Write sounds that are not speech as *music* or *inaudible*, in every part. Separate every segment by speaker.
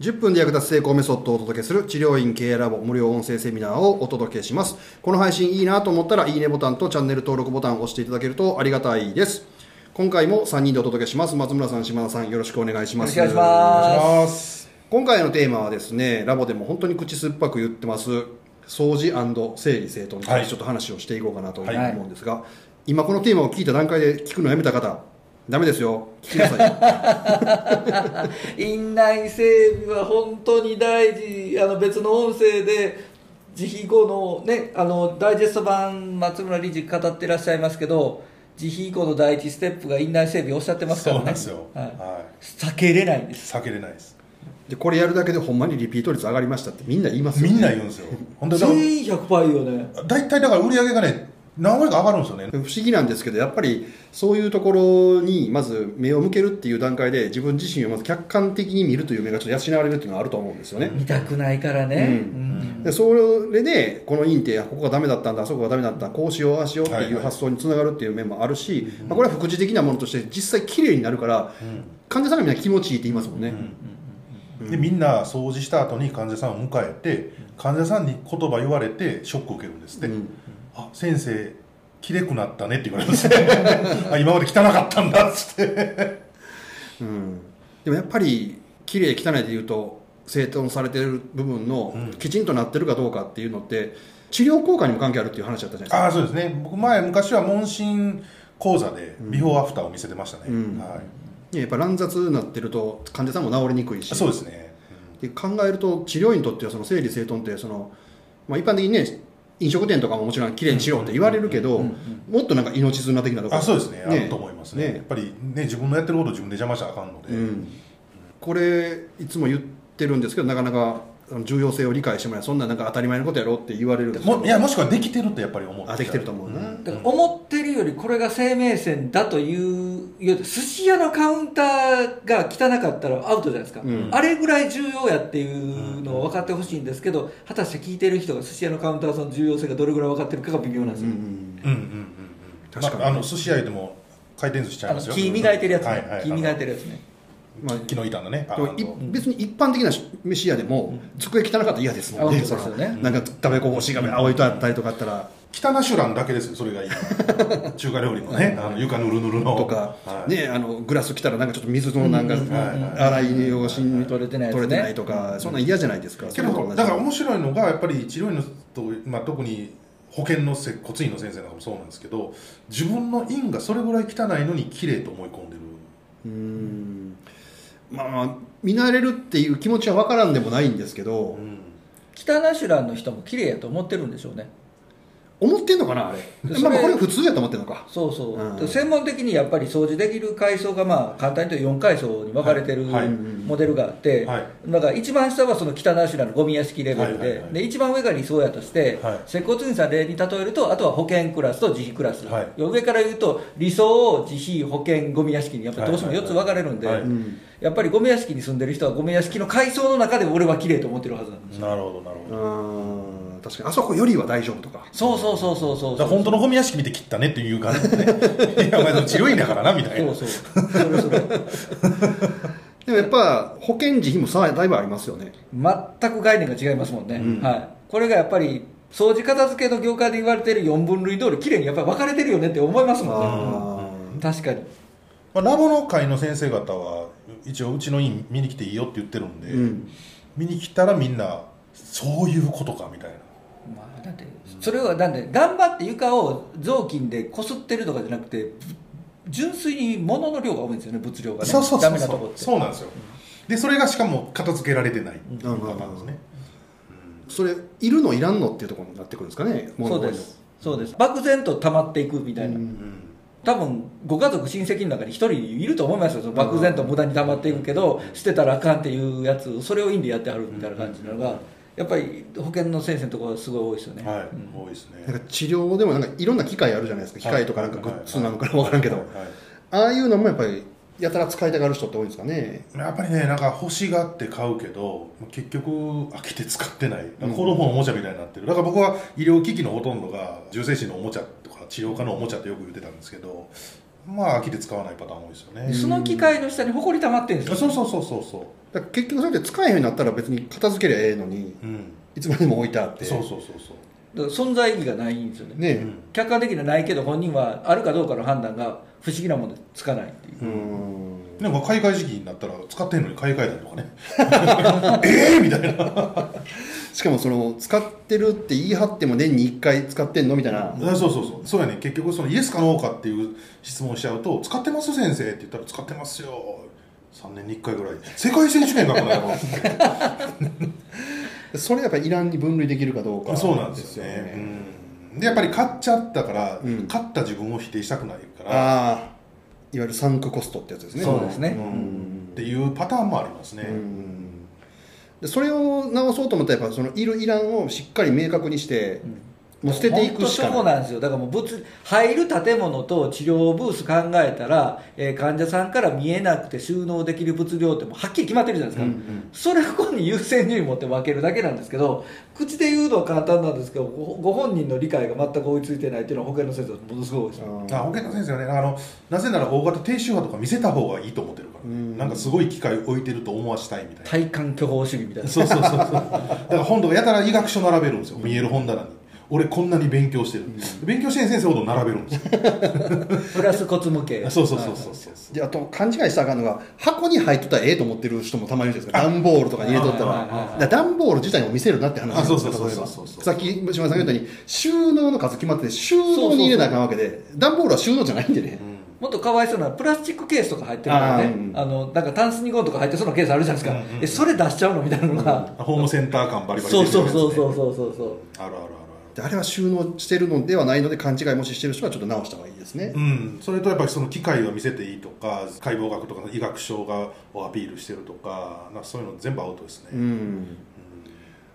Speaker 1: 10分で役立つ成功メソッドをお届けする治療院経営ラボ無料音声セミナーをお届けします。この配信いいなと思ったらいいねボタンとチャンネル登録ボタンを押していただけるとありがたいです。今回も3人でお届けします。松村さん、島田さん、よろしくお願いします。。
Speaker 2: よろしくお願いします
Speaker 1: 今回のテーマはですね、ラボでも本当に口酸っぱく言ってます、掃除整理整頓についてちょっと話をしていこうかなと思
Speaker 2: はいう
Speaker 1: うんですが、今このテーマを聞いた段階で聞くのやめた方、ダメですよ。聞きなさいよ。
Speaker 2: 院内整備は本当に大事あの別の音声で慈悲後のねあのダイジェスト版松村理事語ってらっしゃいますけど慈悲以降の第一ステップが院内整備おっしゃってますから
Speaker 3: そう
Speaker 2: ね
Speaker 3: なんですよ、
Speaker 2: は
Speaker 3: はいい
Speaker 2: 避けれないんです
Speaker 3: 避けれないです
Speaker 1: でこれやるだけでほんまにリピート率上がりましたってみんな言いますよ
Speaker 3: みんな言うんですよ本当にだか
Speaker 2: 全員100倍よね
Speaker 3: ら大体だから売り上げがね何割か上がるんですよね
Speaker 1: 不思議なんですけどやっぱりそういうところにまず目を向けるっていう段階で自分自身をまず客観的に見るという目がちょっと養われるっていうのはあると思うんですよね、
Speaker 2: 見たくないからね、
Speaker 1: うん
Speaker 2: うん
Speaker 1: でそれでこの院ってあここがダメだったんだあそこがダメだったこうしようああしようって
Speaker 3: はい
Speaker 1: い
Speaker 3: は
Speaker 1: う
Speaker 3: い
Speaker 1: 発想につながるっていう面もあるし、まあ、これは副次的なものとして実際綺麗になるから、患者さんがみんな気持ちいいって言いますもんね、
Speaker 3: でみんな掃除した後に患者さんを迎えて患者さんに言葉言われてショックを受けるんですって、
Speaker 1: うん
Speaker 3: あ先生きれくなったねって言われ *laughs* ますねあ今まで汚かったんだっつって
Speaker 1: うんでもやっぱり綺麗汚いでいうと整頓されてる部分の
Speaker 3: うん
Speaker 1: きちんとなってるかどうかっていうのって治療効果にも関係あるっていう話だったじゃない
Speaker 3: ああそうですね僕前昔は問診講座でビフォーアフターを見せてましたね、
Speaker 1: うん
Speaker 3: は
Speaker 1: です
Speaker 3: い、
Speaker 1: かやっぱ乱雑になってると患者さんも治りにくいし
Speaker 3: そうですね、
Speaker 1: で考えると治療院にとってはその整理整頓ってその、まあ、一般的にね飲食店とかももちろん綺麗にしようって言われるけど、
Speaker 2: うんうん
Speaker 1: もっとなんか命綱的なところ
Speaker 3: あそうですねあると思いますね
Speaker 1: ね
Speaker 3: やっぱりね自分のやってることを自分で邪魔しちゃあかんので、
Speaker 1: うん、これいつも言ってるんですけどなかなかあの重要性を理解してもらえないそんななんか当たり前のことやろうって言われるんですけど
Speaker 3: もいやもしくはできてるとやっぱり思って
Speaker 1: あできてると思うな、
Speaker 2: だから思ってるよりこれが生命線だといういや寿司屋のカウンターが汚かったらアウトじゃないですか、
Speaker 1: うん
Speaker 2: あれぐらい重要やっていうのを分かってほしいんですけど果たして聞いてる人が寿司屋のカウンターその重要性がどれぐらい分かってるかが微妙なんですよ、
Speaker 1: うん
Speaker 3: うんうんうんうん
Speaker 1: 確かに
Speaker 3: まあ、あの寿司屋でも回転寿司ちゃ
Speaker 2: あ
Speaker 3: いま
Speaker 2: の
Speaker 3: すよ
Speaker 2: 気磨いてるやつね、
Speaker 3: はいはい、
Speaker 2: 気磨いて
Speaker 3: る
Speaker 2: るやつね
Speaker 1: まあ、
Speaker 3: 木の板のねあ
Speaker 1: でもい
Speaker 3: あの
Speaker 1: 別に一般的な飯屋でも机汚かったら嫌ですもんね
Speaker 2: あそうですよね
Speaker 1: そのなんか食べこぼしが青いとあったりとかあったら
Speaker 3: 汚しゅらんだけですよそれがいい中華料理のねあの床ぬるぬるの
Speaker 1: とか、
Speaker 3: はい
Speaker 1: ね、あのグラス来たらなんかちょっと水のなんか
Speaker 2: うん
Speaker 3: はい
Speaker 1: 洗い用紙に
Speaker 2: 取れてないやつね
Speaker 1: 取れてないとかそんなん嫌じゃないですか
Speaker 3: け
Speaker 1: それと同
Speaker 3: ど
Speaker 1: じ
Speaker 3: だから面白いのがやっぱり治療院のと、まあ、特に保健のせ骨院の先生なんかもそうなんですけど自分の院がそれぐらい汚いのに綺麗と思い込んでる
Speaker 1: うーんまあまあ見慣れるっていう気持ちは分からんでもないんですけど
Speaker 2: 北ナシュランの人も綺麗やと思ってるんでしょうね
Speaker 1: 思ってんのかなあれ
Speaker 2: それ
Speaker 1: まあまあこれ普通やと思ってんのか
Speaker 2: そうそう、
Speaker 1: うん
Speaker 2: で専門的にやっぱり掃除できる階層がまあ簡単に言うと4階層に分かれてる
Speaker 3: はいはい
Speaker 2: モデルがあって、
Speaker 3: はい
Speaker 2: だから一番下はその北ナシュラのゴミ屋敷レベルで,、
Speaker 3: はいはいはい
Speaker 2: で一番上が理想やとして、
Speaker 3: はい
Speaker 2: 接骨院さん例に例えるとあとは保健クラスと自費クラス、
Speaker 3: はい
Speaker 2: 上から言うと理想自費保健ゴミ屋敷にやっぱりどうしても4つ分かれるんで、
Speaker 3: はいはいはい
Speaker 1: うん
Speaker 2: やっぱりゴミ屋敷に住んでる人はゴミ屋敷の階層の中で俺は綺麗と思ってるはずなんですよ、
Speaker 3: なるほどなるほ
Speaker 1: うーん確かにあそこよりは大丈夫とか
Speaker 2: そうそうそうそうそう
Speaker 3: だから本当のゴミ屋敷見て切ったねっていう感じでねいやお前治療院だからなみたいな
Speaker 2: そうそうそれそれ
Speaker 1: でもやっぱ保険自費もさだいぶありますよね
Speaker 2: 全く概念が違いますもんね、
Speaker 3: うん
Speaker 2: はい、これがやっぱり掃除片付けの業界で言われてる4分類通り綺麗にやっぱり分かれてるよねって思いますもんね
Speaker 1: あー
Speaker 2: 確かに
Speaker 3: まあ、ラボの会の先生方は一応うちの院見に来ていいよって言ってるんで、
Speaker 1: うん
Speaker 3: 見に来たらみんなそういうことかみたいな
Speaker 2: まあだってそれはなんで頑張って床を雑巾でこすってるとかじゃなくてぶ純粋に物の量が多いんですよね物量がね
Speaker 3: そうそうそうそ
Speaker 2: ダ
Speaker 3: う
Speaker 2: メなとこって
Speaker 3: そうなんですよでそれがしかも片付けられてないっていうパターンですね、
Speaker 1: それいるのいらんのっていうところになってくるんですかね
Speaker 2: そうですそうです漠然と溜まっていくみたいな、
Speaker 1: うん
Speaker 2: 多分ご家族親戚の中に一人いると思いますよその漠然と無駄に溜まっていくけど捨てたらあかんっていうやつそれをインでやってはるみたいな感じなのがやっぱり保健の先生のところはすごい多いですよね、
Speaker 3: はい、
Speaker 2: うん
Speaker 3: 多いですね
Speaker 1: なんか治療でもなんかいろんな機械あるじゃないですか機械とかなんかグッズなのかな分からんけど、
Speaker 3: はいはい
Speaker 1: ああいうのもやっぱりやたら使いたがる人って多いんですかね
Speaker 3: やっぱりねなんか欲しがって買うけど結局飽きて使ってないなんか子供のおもちゃみたいになってるだから僕は医療機器のほとんどが重精神のおもちゃとか治療科のおもちゃってよく言ってたんですけどまあ秋で使わないパターン多いですよね、
Speaker 2: その機械の下に埃溜まってるんです
Speaker 3: あ
Speaker 2: よ
Speaker 3: そうそうそうそうそ
Speaker 1: だから結局それで使えへんようになったら別に片付けりゃええのに
Speaker 3: ううん
Speaker 1: いつまでも置いてあって
Speaker 3: そうそうそうそう
Speaker 2: だから存在意義がないんですよね
Speaker 1: ね
Speaker 3: うん
Speaker 2: 客観的にはないけど本人はあるかどうかの判断が不思議なものでつかないっていう
Speaker 1: う
Speaker 3: うんでも買い替え時期になったら使ってんのに買い替えたりとかね *laughs* ええみたいな
Speaker 1: しかもその使ってるって言い張っても年に1回使ってんのみたいな
Speaker 3: あそうそうそうそうやね結局そのイエスかノーかっていう質問しちゃうと「使ってます先生」って言ったら「使ってますよ」3年に1回ぐらい世界選手権かこ
Speaker 1: *laughs*
Speaker 3: の野郎
Speaker 1: それやっぱりイランに分類できるかどうか
Speaker 3: そうなんですよねうんでやっぱり買っちゃったから、
Speaker 1: うん
Speaker 3: 買った自分を否定したくないから
Speaker 1: ああいわゆるサンクコストってやつですね
Speaker 2: そうですね
Speaker 1: うん
Speaker 3: っていうパターンもありますね、
Speaker 1: うんでそれを直そうと思ったらやっぱそのいるいらんをしっかり明確にして、もう捨てていくしか
Speaker 2: 本当そう
Speaker 1: ない
Speaker 2: なんですよだからもう物入る建物と治療ブース考えたら、えー患者さんから見えなくて収納できる物量ってもうはっきり決まってるじゃないですか、それをここに優先順位持って分けるだけなんですけど口で言うのは簡単なんですけどごご本人の理解が全く追いついてないっていうのは保健の先生はものすごい多いです
Speaker 1: うん
Speaker 3: あ保健の先生はねあのなぜなら大型低周波とか見せた方がいいと思ってるから、
Speaker 1: うん
Speaker 3: なんかすごい機械置いてると思わしたいみたいな
Speaker 2: 体感巨峰主義みたいな
Speaker 3: そうそうそうそうだから本とかやたら医学書並べるんですよ、見える本棚に俺こんなに勉強してる、勉強してる先生ほど並べるんですよ
Speaker 2: プラス骨無形
Speaker 3: そうそうそうそうそう
Speaker 1: であと勘違いしたらあかんのが箱に入っとったらええと思ってる人もたまにいるじゃないですか段ボールとかに入れとった
Speaker 2: はいはいはいは
Speaker 1: ら
Speaker 2: い
Speaker 1: だから段ボール自体を見せるなって話なんですよ
Speaker 3: あそうそう
Speaker 1: 例え
Speaker 3: そうそう
Speaker 1: ば
Speaker 3: そう
Speaker 1: さっき島田さんが言ったように収納の数決まってて収納に入れなあかんわけで段ボールは収納じゃないんでね
Speaker 2: もっとかわいそうなのはプラスチックケースとか入ってるからね
Speaker 1: あー
Speaker 2: あ、
Speaker 1: うん
Speaker 2: のなんかタンスにゴンとか入ってそうなケースあるじゃないですか、
Speaker 3: うんうんうん
Speaker 2: えそれ出しちゃうのみたいなのが、
Speaker 3: うんホームセンター感バリバリ
Speaker 2: そうそうそうそううそうそうそう
Speaker 3: あるあるある
Speaker 1: であれは収納してるのではないので勘違いもししてる人はちょっと直した方がいいですね
Speaker 3: あるうん、それとやっぱりその機械を見せていいとか解剖学とかの医学書がをアピールしてるとかなんかそういうの全部アウトですね、
Speaker 1: うん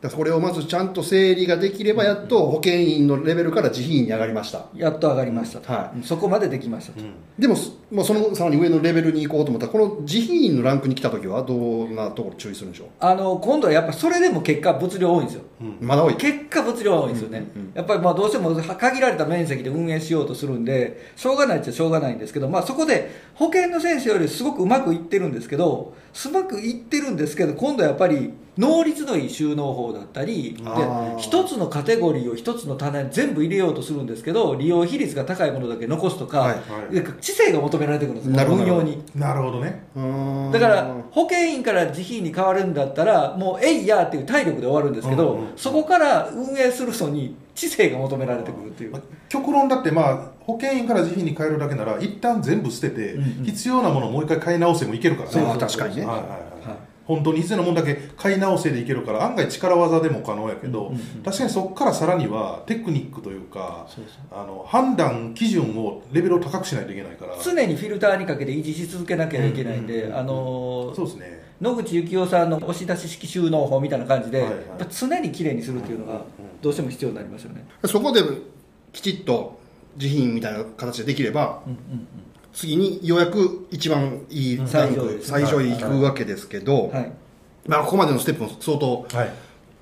Speaker 1: だからこれをまずちゃんと整理ができればやっと保健員のレベルから自費員に上がりました
Speaker 2: やっと上がりましたと、
Speaker 1: は
Speaker 2: そこまでできましたと、
Speaker 3: うん
Speaker 1: でも、すまあ、そのさらに上のレベルに行こうと思ったらこの自費員のランクに来た時はどんなところ注意するんでしょ
Speaker 2: あの今度はやっぱそれでも結果物量多いんですよ
Speaker 3: うん
Speaker 1: うまだ多い
Speaker 2: 結果物量は多いんですよね、
Speaker 1: うんうんうん
Speaker 2: やっぱりまあどうしても限られた面積で運営しようとするんでしょうがないっちゃしょうがないんですけど、まあ、そこで保健の先生よりすごくうまくいってるんですけどうまくいってるんですけど今度はやっぱり能率のいい収納法だったり
Speaker 1: あー
Speaker 2: で一つのカテゴリーを一つの棚に全部入れようとするんですけど利用比率が高いものだけ残すとか、
Speaker 1: はい
Speaker 3: はい
Speaker 2: で知性が求められてくるんです
Speaker 1: なるほど
Speaker 2: 運用に。
Speaker 3: なるほどね
Speaker 1: だ
Speaker 2: だから保健員から自費に変わるんだったらもう「えいや」っていう体力で終わるんですけど、
Speaker 3: うんうんうん
Speaker 2: そこから運営する人に知性が求められてくるっていう
Speaker 3: まあ極論だってまあ保険員から自費に変えるだけなら一旦全部捨てて、
Speaker 2: うんうん
Speaker 3: 必要なものをもう一回買い直せもいけるからね
Speaker 1: そう確かにね
Speaker 3: はいはいはい
Speaker 2: はい
Speaker 3: 本当に必要なもんだけ買い直せでいけるから案外力技でも可能やけ
Speaker 2: う
Speaker 3: ど、
Speaker 2: んうんうん
Speaker 3: 確かにそこからさらにはテクニックというかあの判断基準をレベルを高くしないといけないから
Speaker 2: 常にフィルターにかけて維持し続けなきゃいけないんで、
Speaker 3: うんうんうんうん
Speaker 2: あのー
Speaker 3: そうですね
Speaker 2: 野口幸雄さんの押し出し式収納法みたいな感じで、
Speaker 3: はいはい
Speaker 2: やっぱ常にきれいにするっていうのがどうしても必要になりますよね、
Speaker 1: そこできちっと自費員みたいな形でできれば
Speaker 2: うんうん
Speaker 1: 次にようやく一番いいランク
Speaker 2: うん
Speaker 1: 最
Speaker 2: 最
Speaker 1: 上
Speaker 2: 上
Speaker 1: 位
Speaker 2: 位
Speaker 1: 行くわけですけど、
Speaker 2: うんはい、
Speaker 1: まあ、ここまでのステップも相当
Speaker 3: はい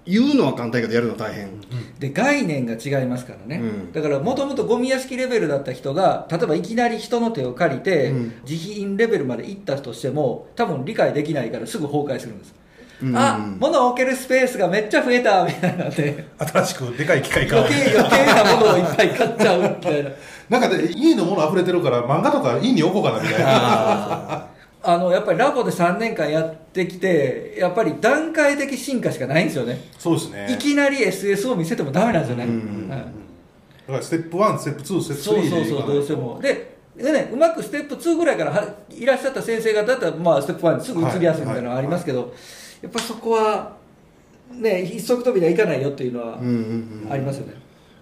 Speaker 1: 言うのは簡単やけどやるのは大変
Speaker 2: で概念が違いますからね、
Speaker 1: うん
Speaker 2: だからもともとゴミ屋敷レベルだった人が例えばいきなり人の手を借りて、
Speaker 1: うん
Speaker 2: 自費員レベルまで行ったとしても多分理解できないからすぐ崩壊するんです、
Speaker 1: うん
Speaker 2: あ物を置けるスペースがめっちゃ増えたみたいなんで
Speaker 3: 新しくでかい機械買おう
Speaker 2: 余計余計なものをいっぱい買っちゃうみたいな
Speaker 3: なんかで家のもの溢れてるから漫画とか家に置こうかなみたい
Speaker 2: *laughs*
Speaker 3: な
Speaker 2: あのやっぱりラボで3年間やってきてやっぱり段階的進化しかないんですよね
Speaker 3: そうですね
Speaker 2: いきなり SS を見せてもダメなんですよね、
Speaker 1: うん
Speaker 2: はい
Speaker 3: だからステップ1ステップ2ステップ
Speaker 2: そうそう
Speaker 3: 3でいい
Speaker 2: そう
Speaker 3: か
Speaker 2: どう
Speaker 3: な
Speaker 2: してもででねうまくステップ2ぐらいからはいらっしゃった先生方だったら、まあ、ステップ1にすぐ移りやすいみたいなのはありますけど、やっぱそこはね一足飛びにはいかないよっていうのは
Speaker 1: うんうんうん
Speaker 2: ありますよね、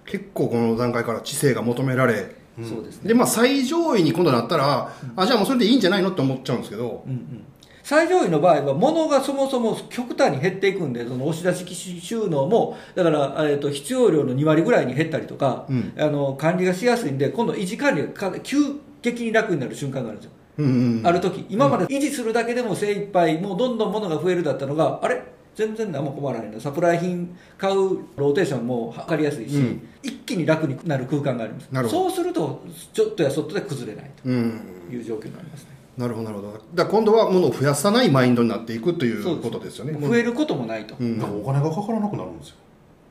Speaker 1: 結構この段階から知性が求められ
Speaker 2: そうですね、
Speaker 1: で、まあ、最上位に今度なったら、あじゃあもうそれでいいんじゃないのって思っちゃうんですけど
Speaker 2: うんうん、最上位の場合は物がそもそも極端に減っていくんでその押し出し機収納もだから、えー、と必要量の2割ぐらいに減ったりとか、
Speaker 1: うん
Speaker 2: あの管理がしやすいんで今度維持管理がか急激に楽になる瞬間があるんですよ
Speaker 1: うんうん
Speaker 2: ある時今まで維持するだけでも精一杯もうどんどん物が増えるだったのがあれ全然何も困らへんのサプライ品買うローテーションも測りやすいし、
Speaker 1: うん
Speaker 2: 一気に楽になる空間があります
Speaker 1: なるほど
Speaker 2: そうするとちょっとやそっとで崩れない
Speaker 1: うん
Speaker 2: という状況になりますね
Speaker 1: なるほどなるほどだから今度は物を増やさないマインドになっていくとい
Speaker 2: そう
Speaker 1: う
Speaker 2: で
Speaker 1: こ
Speaker 2: す
Speaker 1: とですよね
Speaker 2: 増えることもないと、
Speaker 1: うん、
Speaker 3: な
Speaker 1: あ
Speaker 3: んかお金がかからなくなるんです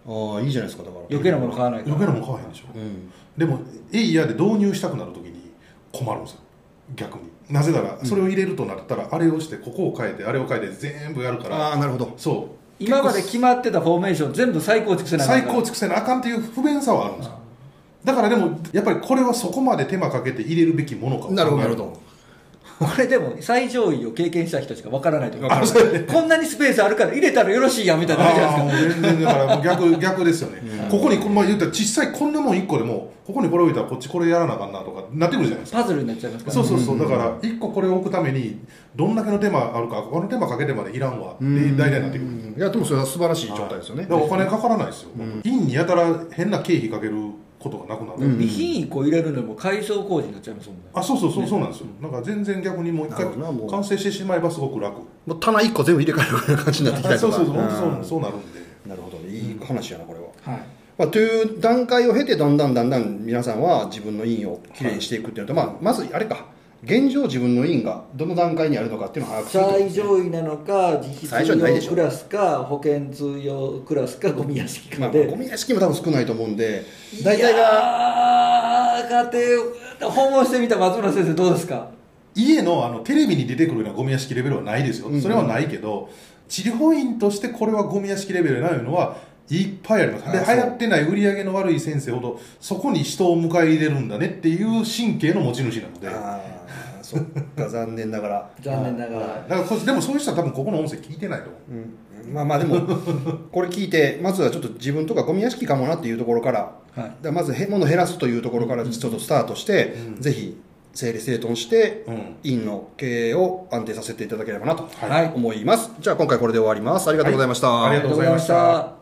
Speaker 3: よ
Speaker 1: あいいじゃないですかだから
Speaker 2: 余計なもの買わないと
Speaker 3: 余計なもん買わへんでしょ
Speaker 1: うん
Speaker 3: でもエイヤーで導入したくなるときに困るんですよ逆になぜならそれを入れるとなったらあれをしてここを変えてあれを変えて全部やるから
Speaker 1: ああなるほど
Speaker 3: そう
Speaker 2: 今まで決まってたフォーメーション全部再構築せなあかん
Speaker 3: 再
Speaker 2: から
Speaker 3: 構築せなあかんっていう不便さはあるんですよだからでもやっぱりこれはそこまで手間かけて入れるべきものか
Speaker 1: なるほどなるほど
Speaker 2: これでも最上位を経験した人しかわからないというかこんなにスペースあるから入れたらよろしいやみたいな感じじゃないで
Speaker 3: ああーもう全然だからもう
Speaker 1: *laughs*
Speaker 3: 逆逆ですよね、ここにこのま言ったら実際こんなもん1個でもここにこれ置いたらこっちこれやらなあかんなとかなってくるじゃないですす
Speaker 2: か
Speaker 3: か
Speaker 2: パズルになっちゃいますから
Speaker 3: そうそうそうだから1個これを置くためにどんだけの手間あるかこの手間かけてまでいらんわって大体なってく
Speaker 1: う
Speaker 3: る
Speaker 1: んいやでもそれは素晴らしい状態ですよね、
Speaker 3: だからお金かからないですよ、院にやたら変な経費かけることがなくなる、
Speaker 1: うん
Speaker 2: 備品1個入れるのも改装工事になっちゃいますもんね
Speaker 3: あそうそうそうそうなんですよ、なんか全然逆にもう一回
Speaker 1: なるほどなもう
Speaker 3: 完成してしまえばすごく楽
Speaker 1: もう棚一個全部入れ替えるような感じになってきた
Speaker 3: あ
Speaker 1: りと
Speaker 3: そう
Speaker 1: か
Speaker 3: そうそう本当そ
Speaker 1: う
Speaker 3: うなんのそうなるんで
Speaker 1: なるほどいい話やなこれは、
Speaker 2: はい
Speaker 1: まあ、という段階を経てだんだんだんだん皆さんは自分の印をきれいにしていくっていうのと、まあ、まずあれか現状自分の印がどの段階にあるのかっていうのを把握するってことで
Speaker 2: 最
Speaker 1: すね
Speaker 2: 上位なのか自
Speaker 1: 最
Speaker 2: 費
Speaker 1: 上位ないで
Speaker 2: 通
Speaker 1: し
Speaker 2: 用
Speaker 1: ょ
Speaker 2: クラスか保険通用クラスかゴミ屋敷
Speaker 1: ま
Speaker 2: か
Speaker 1: あ、まあ
Speaker 2: で、
Speaker 1: ゴミ屋敷も多分少ないと思うんで
Speaker 2: いや
Speaker 1: 大
Speaker 2: ー
Speaker 1: 体が
Speaker 2: 家庭訪問してみた松村先生どうですか
Speaker 3: 家のあのテレビに出てくるようなゴミ屋敷レベルはないですよ、
Speaker 1: うんうん
Speaker 3: それはないけど治療院としてこれはゴミ屋敷レベルないのはいっぱいありますで
Speaker 1: あそう
Speaker 3: 流行ってない売り上げの悪い先生ほどそこに人を迎え入れるんだねっていう神経の持ち主なのでだ
Speaker 1: ああそっか残念ながら
Speaker 2: 残念ながら
Speaker 3: からこでもそういう人は多分ここの音声聞いてないと思う
Speaker 1: うんまあまあでもこれ聞いてまずはちょっと自分とかゴミ屋敷かもなっていうところから
Speaker 2: はい
Speaker 1: だからまずへ物を減らすというところからちょっとスタートして、
Speaker 3: うん
Speaker 1: ぜひ整理整頓して、
Speaker 3: うん
Speaker 1: 院の経営を安定させていただければなと
Speaker 3: はい
Speaker 2: はい
Speaker 1: 思います、じゃあ今回これで終わりますありがとうございました、
Speaker 3: はいありがとうございました
Speaker 2: ありがとうございました